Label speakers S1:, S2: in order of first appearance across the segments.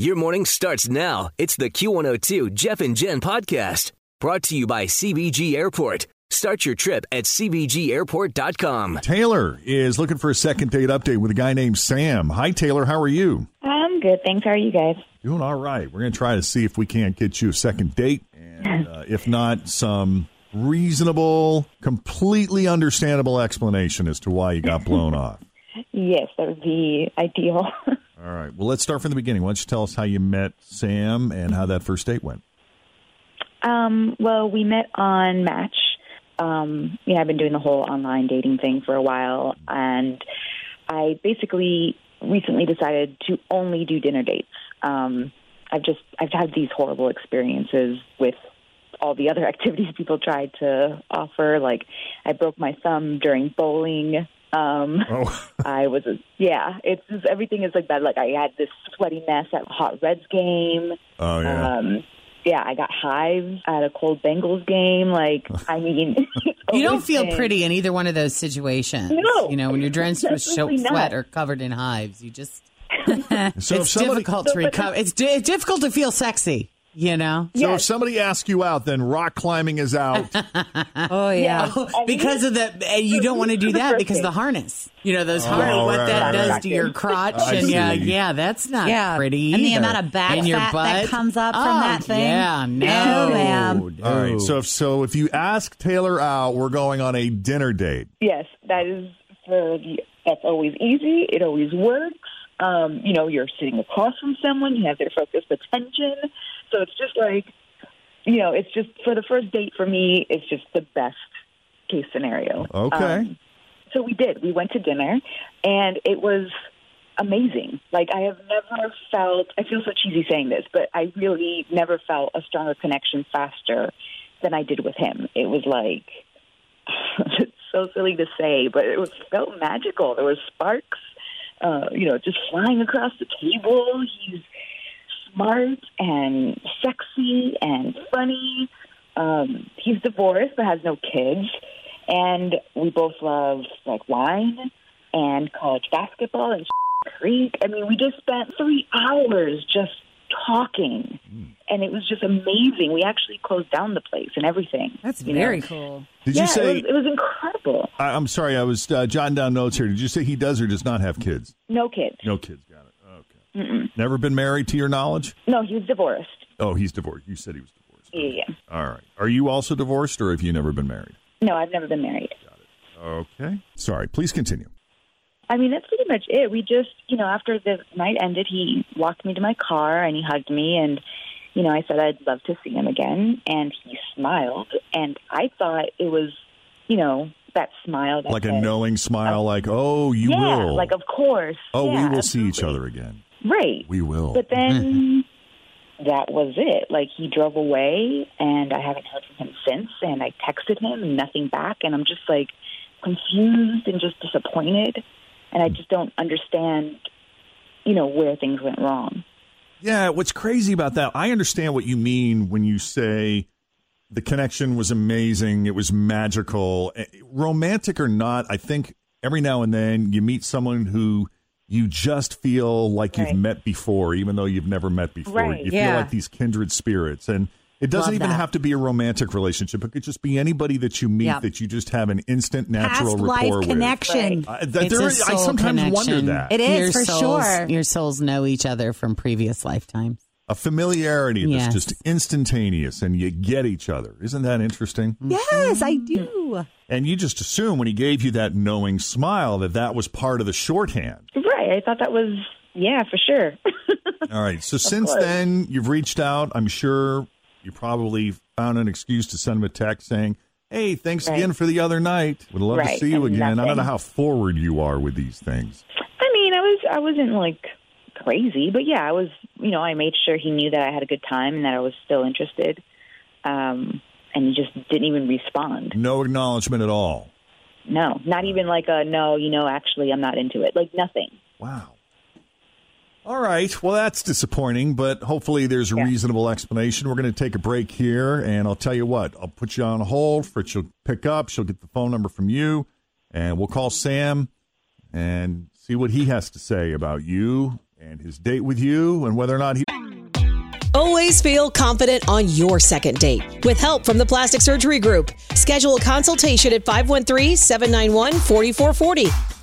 S1: Your morning starts now. It's the Q102 Jeff and Jen podcast brought to you by CBG Airport. Start your trip at CBGAirport.com.
S2: Taylor is looking for a second date update with a guy named Sam. Hi, Taylor. How are you?
S3: I'm good, thanks. How are you guys?
S2: Doing all right. We're going to try to see if we can't get you a second date. And uh, if not, some reasonable, completely understandable explanation as to why you got blown off.
S3: Yes, that would be ideal.
S2: All right. Well, let's start from the beginning. Why don't you tell us how you met Sam and how that first date went?
S3: um, well, we met on Match. Um, you know, I've been doing the whole online dating thing for a while, and I basically recently decided to only do dinner dates. Um, I've just I've had these horrible experiences with all the other activities people tried to offer. Like, I broke my thumb during bowling. Um,
S2: Oh,
S3: I was, a, yeah, it's just, everything is like bad. Like I had this sweaty mess at a hot Reds game.
S2: oh yeah.
S4: Uh,
S3: Um, yeah, I got hives at a cold Bengals game. Like, I mean, it's
S4: You don't
S3: always
S4: feel
S3: been-
S4: pretty in either one of those situations.
S3: No.
S4: You know, when you're drenched with
S3: Definitely
S4: sho-
S3: not.
S4: sweat or covered in hives, you just.
S2: So if
S4: it's
S2: somebody-
S4: difficult to recover. It's di- it's difficult to feel sexy, you know?
S2: So if
S3: Yes.
S2: somebody asks you out, then rock climbing is out.
S4: Oh, yeah.
S3: I mean-
S4: because of the. And you don't want to do that because of the harness. You know, those harness,
S2: Oh,
S4: what
S2: right,
S4: that
S2: right,
S4: does
S2: right.
S4: to your crotch.
S2: I
S4: and yeah,
S2: see.
S4: yeah, that's not
S5: Yeah.
S4: pretty.
S5: And the
S4: either.
S5: amount of back
S4: And your
S5: fat that
S4: butt.
S5: comes up from
S4: Oh,
S5: that thing.
S4: Yeah, no.
S5: No, ma'am.
S2: All right. So if so, if you ask Taylor out, we're going on a dinner date.
S3: Yes, that is for the, that's always easy. It always works. Um, you know, you're sitting across from someone, you have their focused attention. So it's just like, you know, it's just for the first date for me, it's just the best case scenario.
S2: Okay.
S3: Um, so we did. We went to dinner, and it was amazing. Like I have never felt. I feel so cheesy saying this, but I really never felt a stronger connection faster than I did with him. It was like it's so silly to say, but it was felt magical. There was sparks, uh, you know, just flying across the table. He's smart and sexy and funny. Um, he's divorced but has no kids, and we both love like wine and college basketball and Creek. I mean, we just spent three hours just talking,
S5: Hmm.
S3: and it was just amazing. We actually closed down the place and everything.
S5: That's
S3: you know?
S5: very cool.
S2: Did
S3: yeah,
S2: you say?
S3: it, was, it was incredible.
S2: I, I'm sorry. I was uh, jotting down notes here. Did you say he does or does not have kids?
S3: No kids.
S2: No kids. Got it. Okay. Never been married to your knowledge?
S3: No, he was divorced.
S2: Oh, he's divorced. You said he was divorced.
S3: Yeah, yeah, yeah.
S2: All right. Are you also divorced or have you never been married?
S3: No, I've never been married.
S2: Okay. Sorry. Please continue.
S3: I mean, that's pretty much it. We just, you know, after the night ended, he walked me to my car and he hugged me. And, you know, I said I'd love to see him again. And he smiled. And I thought it was, you know, that smile. That
S2: Like a
S3: said,
S2: knowing smile, like, oh, you
S3: yeah,
S2: will.
S3: like, of course.
S2: oh,
S3: Yeah,
S2: we will see each
S3: absolutely.
S2: other again.
S3: Right.
S2: We will.
S3: But then that was it. Like he drove away, and I haven't heard from him since. And I texted him, and nothing back. And I'm just like confused and just disappointed, and I just don't understand, you know, where things went wrong.
S2: Yeah, what's crazy about that, I understand what you mean when you say the connection was amazing, it was magical. Eh, Romantic or not, I think every now and then you meet someone who you just feel like you've
S3: Right.
S2: met before, even though you've never met before.
S3: Right,
S2: you
S5: yeah.
S2: feel like these kindred spirits. And It doesn't
S4: Love
S2: even
S4: that.
S2: have to be a romantic relationship. It could just be anybody that you meet
S5: Yep.
S2: that you just have an instant natural
S5: Past
S2: rapport
S5: life connection.
S2: with. I, that
S4: It's
S2: there
S4: a
S2: is- I
S4: soul
S2: sometimes wonder
S4: connection.
S2: that
S5: It is,
S4: Your
S5: for
S4: souls-
S5: sure.
S4: Your souls know each other from previous lifetimes.
S2: a familiarity that's
S4: Yes.
S2: just instantaneous, and you get each other. Isn't that interesting?
S3: Mm-hmm.
S5: Yes, I do.
S2: And you just assume when he gave you that knowing smile that that was part of the shorthand.
S3: Right. I thought that was, yeah, for sure.
S2: All right. So since
S3: course.
S2: then, you've reached out. I'm sure you probably found an excuse to send him a text saying, "Hey, thanks
S3: Right.
S2: again for the other night. Would love to
S3: Right,
S2: see you
S3: and
S2: again." I don't
S3: nothing.
S2: know how forward you are with these things.
S3: I mean, I was I wasn't like crazy, but yeah, I was. You know, I made sure he knew that I had a good time and that I was still interested. Um, and he just didn't even respond.
S2: No acknowledgement at all.
S3: No, not even like a no. You know, actually, I'm not into it. Like nothing.
S2: Wow. All right. Well, that's disappointing, but hopefully there's a
S3: Yeah.
S2: reasonable explanation. We're going to take a break here, and I'll tell you what, I'll put you on hold. Fritz will pick up. She'll get the phone number from you, and we'll call Sam and see what he has to say about you and his date with you and whether or not he.
S6: Always feel confident on your second date. With help from the Plastic Surgery Group, schedule a consultation at 513-791-4440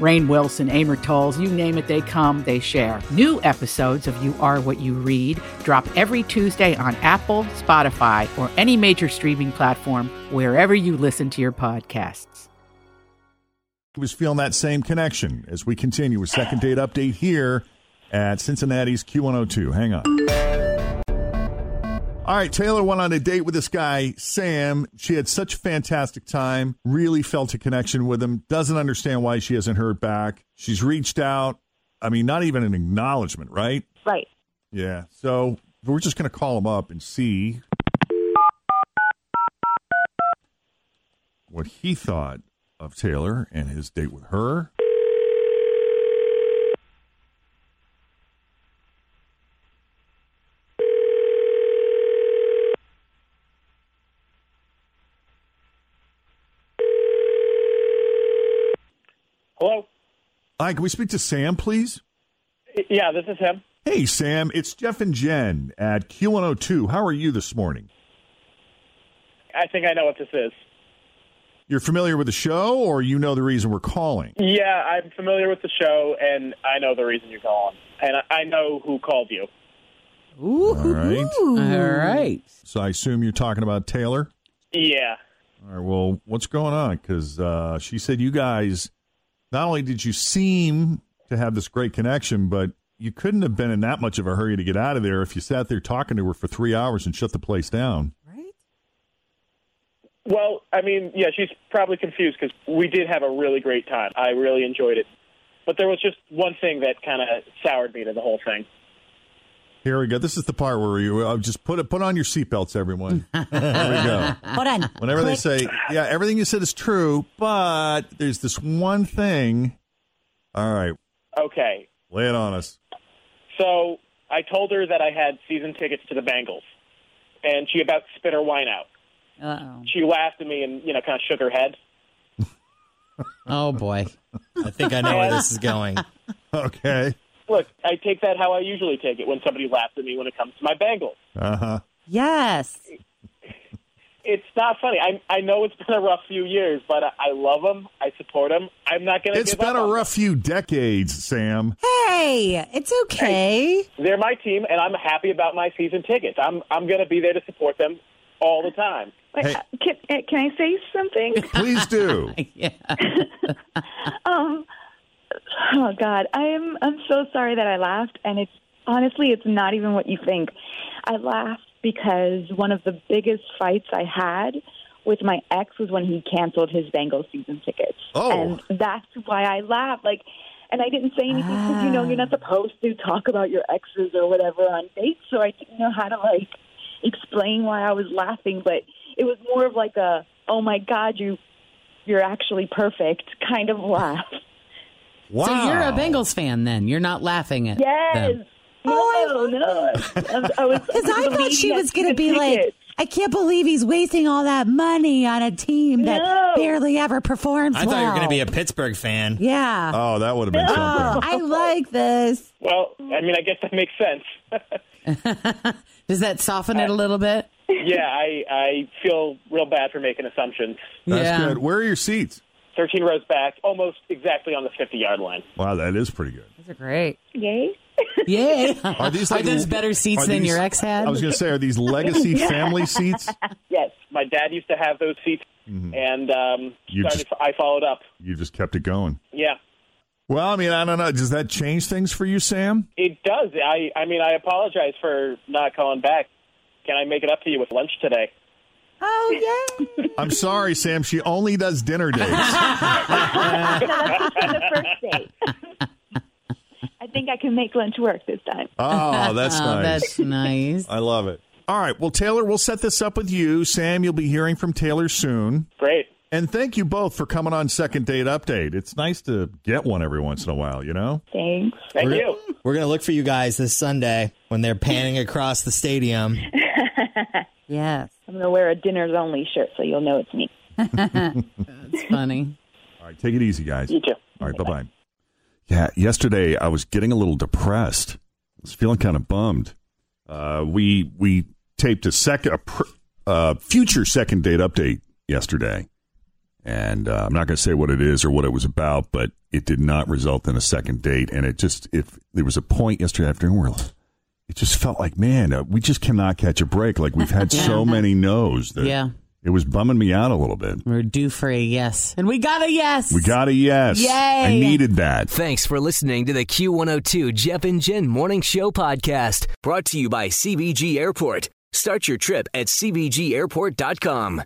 S7: Rain Wilson, Amor Tolls, you name it, they come, they share. New episodes of You Are What You Read drop every Tuesday on Apple, Spotify, or any major streaming platform wherever you listen to your podcasts.
S2: He was feeling that same connection as we continue with second date update here at Cincinnati's Q102. Hang on. All right, Taylor went on a date with this guy, Sam. She had such a fantastic time, really felt a connection with him, doesn't understand why she hasn't heard back. She's reached out. I mean, not even an acknowledgement, right?
S3: Right.
S2: Yeah. So we're just going to call him up and see what he thought of Taylor and his date with her.
S8: Hello.
S2: Hi, can we speak to Sam, please?
S8: Yeah, this is him.
S2: Hey, Sam, it's Jeff and Jen at Q102. How are you this morning?
S8: I think I know what this is.
S2: You're familiar with the show, or you know the reason we're calling?
S8: Yeah, I'm familiar with the show, and I know the reason you're calling, and I, I know who called you.
S2: All right.
S4: All right.
S2: So I assume you're talking about Taylor?
S8: Yeah.
S2: All right. Well, what's going on? Because uh, she said you guys, not only did you seem to have this great connection, but you couldn't have been in that much of a hurry to get out of there if you sat there talking to her for three hours and shut the place down.
S8: Well, I mean, yeah, she's probably confused because we did have a really great time. I really enjoyed it, but there was just one thing that kind of soured me to the whole thing.
S2: Here we go. This is the part where you uh, just put it, put on your seatbelts, everyone. there we go.
S5: Hold on.
S2: Whenever they say, yeah, everything you said is true, but there's this one thing. All right,
S8: Okay,
S2: lay it on us.
S8: so I told her that I had season tickets to the Bengals, and she about spit her wine out.
S4: Uh-oh.
S8: She laughed at me and you know kind of shook her head.
S4: Oh, boy.
S9: I think I know where this is going.
S2: Okay.
S8: Look, I take that how I usually take it when somebody laughs at me when it comes to my Bengals.
S2: Uh huh.
S5: Yes.
S8: It's not funny. I I know it's been a rough few years, but I, I love them. I support them. I'm not going to.
S2: It's been a rough few decades, Sam.
S5: Hey, it's okay.
S8: They're my team, and I'm happy about my season tickets. I'm I'm going to be there to support them all the time.
S3: Wait,
S2: Hey.
S3: uh, can, uh, can I say something?
S2: Please do.
S4: Yeah.
S3: um, oh God, I am. I'm so sorry that I laughed, and it's honestly, it's not even what you think. I laughed because one of the biggest fights I had with my ex was when he canceled his Bengals season tickets,
S2: Oh.
S3: and that's why I laughed. Like, and I didn't say anything because you know you're not supposed to talk about your exes or whatever on dates, so I didn't know how to like explain why I was laughing, but it was more of like a, oh my God, you you're actually perfect kind of laugh.
S9: Ah.
S2: Wow.
S4: So you're a Bengals fan then. You're not laughing at
S3: Yes.
S4: them.
S5: Oh,
S3: No, no. I, I was
S5: Because I thought she
S3: believing
S5: was
S3: that
S5: going to
S3: could
S5: be
S3: take
S5: like,
S3: it.
S5: I can't believe he's wasting all that money on a team that
S3: No.
S5: barely ever performs
S9: I
S5: well.
S9: thought you were going to be a Pittsburgh fan. Uh,
S5: Yeah.
S2: Oh, that would have been
S5: Oh,
S2: something.
S5: I like this.
S8: Well, I mean, I guess that makes sense.
S4: Does that soften
S5: Uh,
S4: it a little bit?
S8: yeah, I I feel real bad for making assumptions.
S2: That's
S4: yeah.
S2: good. Where are your seats?
S8: Thirteen rows back, almost exactly on the fifty yard line.
S2: Wow, that is pretty good.
S4: Those are great.
S3: Yay.
S4: Yeah.
S2: Are these like
S4: those better seats
S2: are
S4: than
S2: these-
S4: your ex had?
S2: I was going to say, are these legacy family seats?
S8: Yes, my dad used to have those seats, and um,
S2: Mm-hmm. You
S8: started,
S2: just-
S8: I followed up.
S2: You just kept it going.
S8: Yeah,
S2: Well, I mean, I don't know. Does that change things for you, Sam?
S8: it does. I I mean, I apologize for not calling back. Can I make it up to you with lunch today?
S5: Oh, yeah.
S2: I'm sorry, Sam. She only does dinner dates.
S3: the first date. I think I can make lunch work this time.
S2: Oh, that's
S4: oh,
S2: nice.
S4: that's nice.
S2: I love it. All right. Well, Taylor, we'll set this up with you. Sam, you'll be hearing from Taylor soon.
S8: Great.
S2: And thank you both for coming on Second Date Update. It's nice to get one every once in a while, you know?
S3: Thanks.
S8: Thank
S9: We're-
S8: you.
S9: We're going to look for you guys this Sunday when they're panning across the stadium.
S5: Yes.
S3: I'm going to wear a dinners only shirt so you'll know it's me.
S4: It's funny.
S2: All right. Take it easy, guys.
S8: You too.
S2: All right. Bye bye. Yeah. Yesterday, I was getting a little depressed. I was feeling kind of bummed. Uh, we we taped a second a pr- uh, future second date update yesterday, and uh, I'm not going to say what it is or what it was about, but it did not result in a second date. And it just if there was a point yesterday afternoon where it just felt like man, uh, we just cannot catch a break. Like we've had so many no's that
S4: Yeah.
S2: it was bumming me out a little bit.
S4: We're due for a yes. And we got a yes.
S2: We got a yes.
S4: Yay.
S2: I needed that.
S1: Thanks for listening to the Q102 Jeff and Jen Morning Show podcast, brought to you by CBG Airport. Start your trip at CBGAirport.com.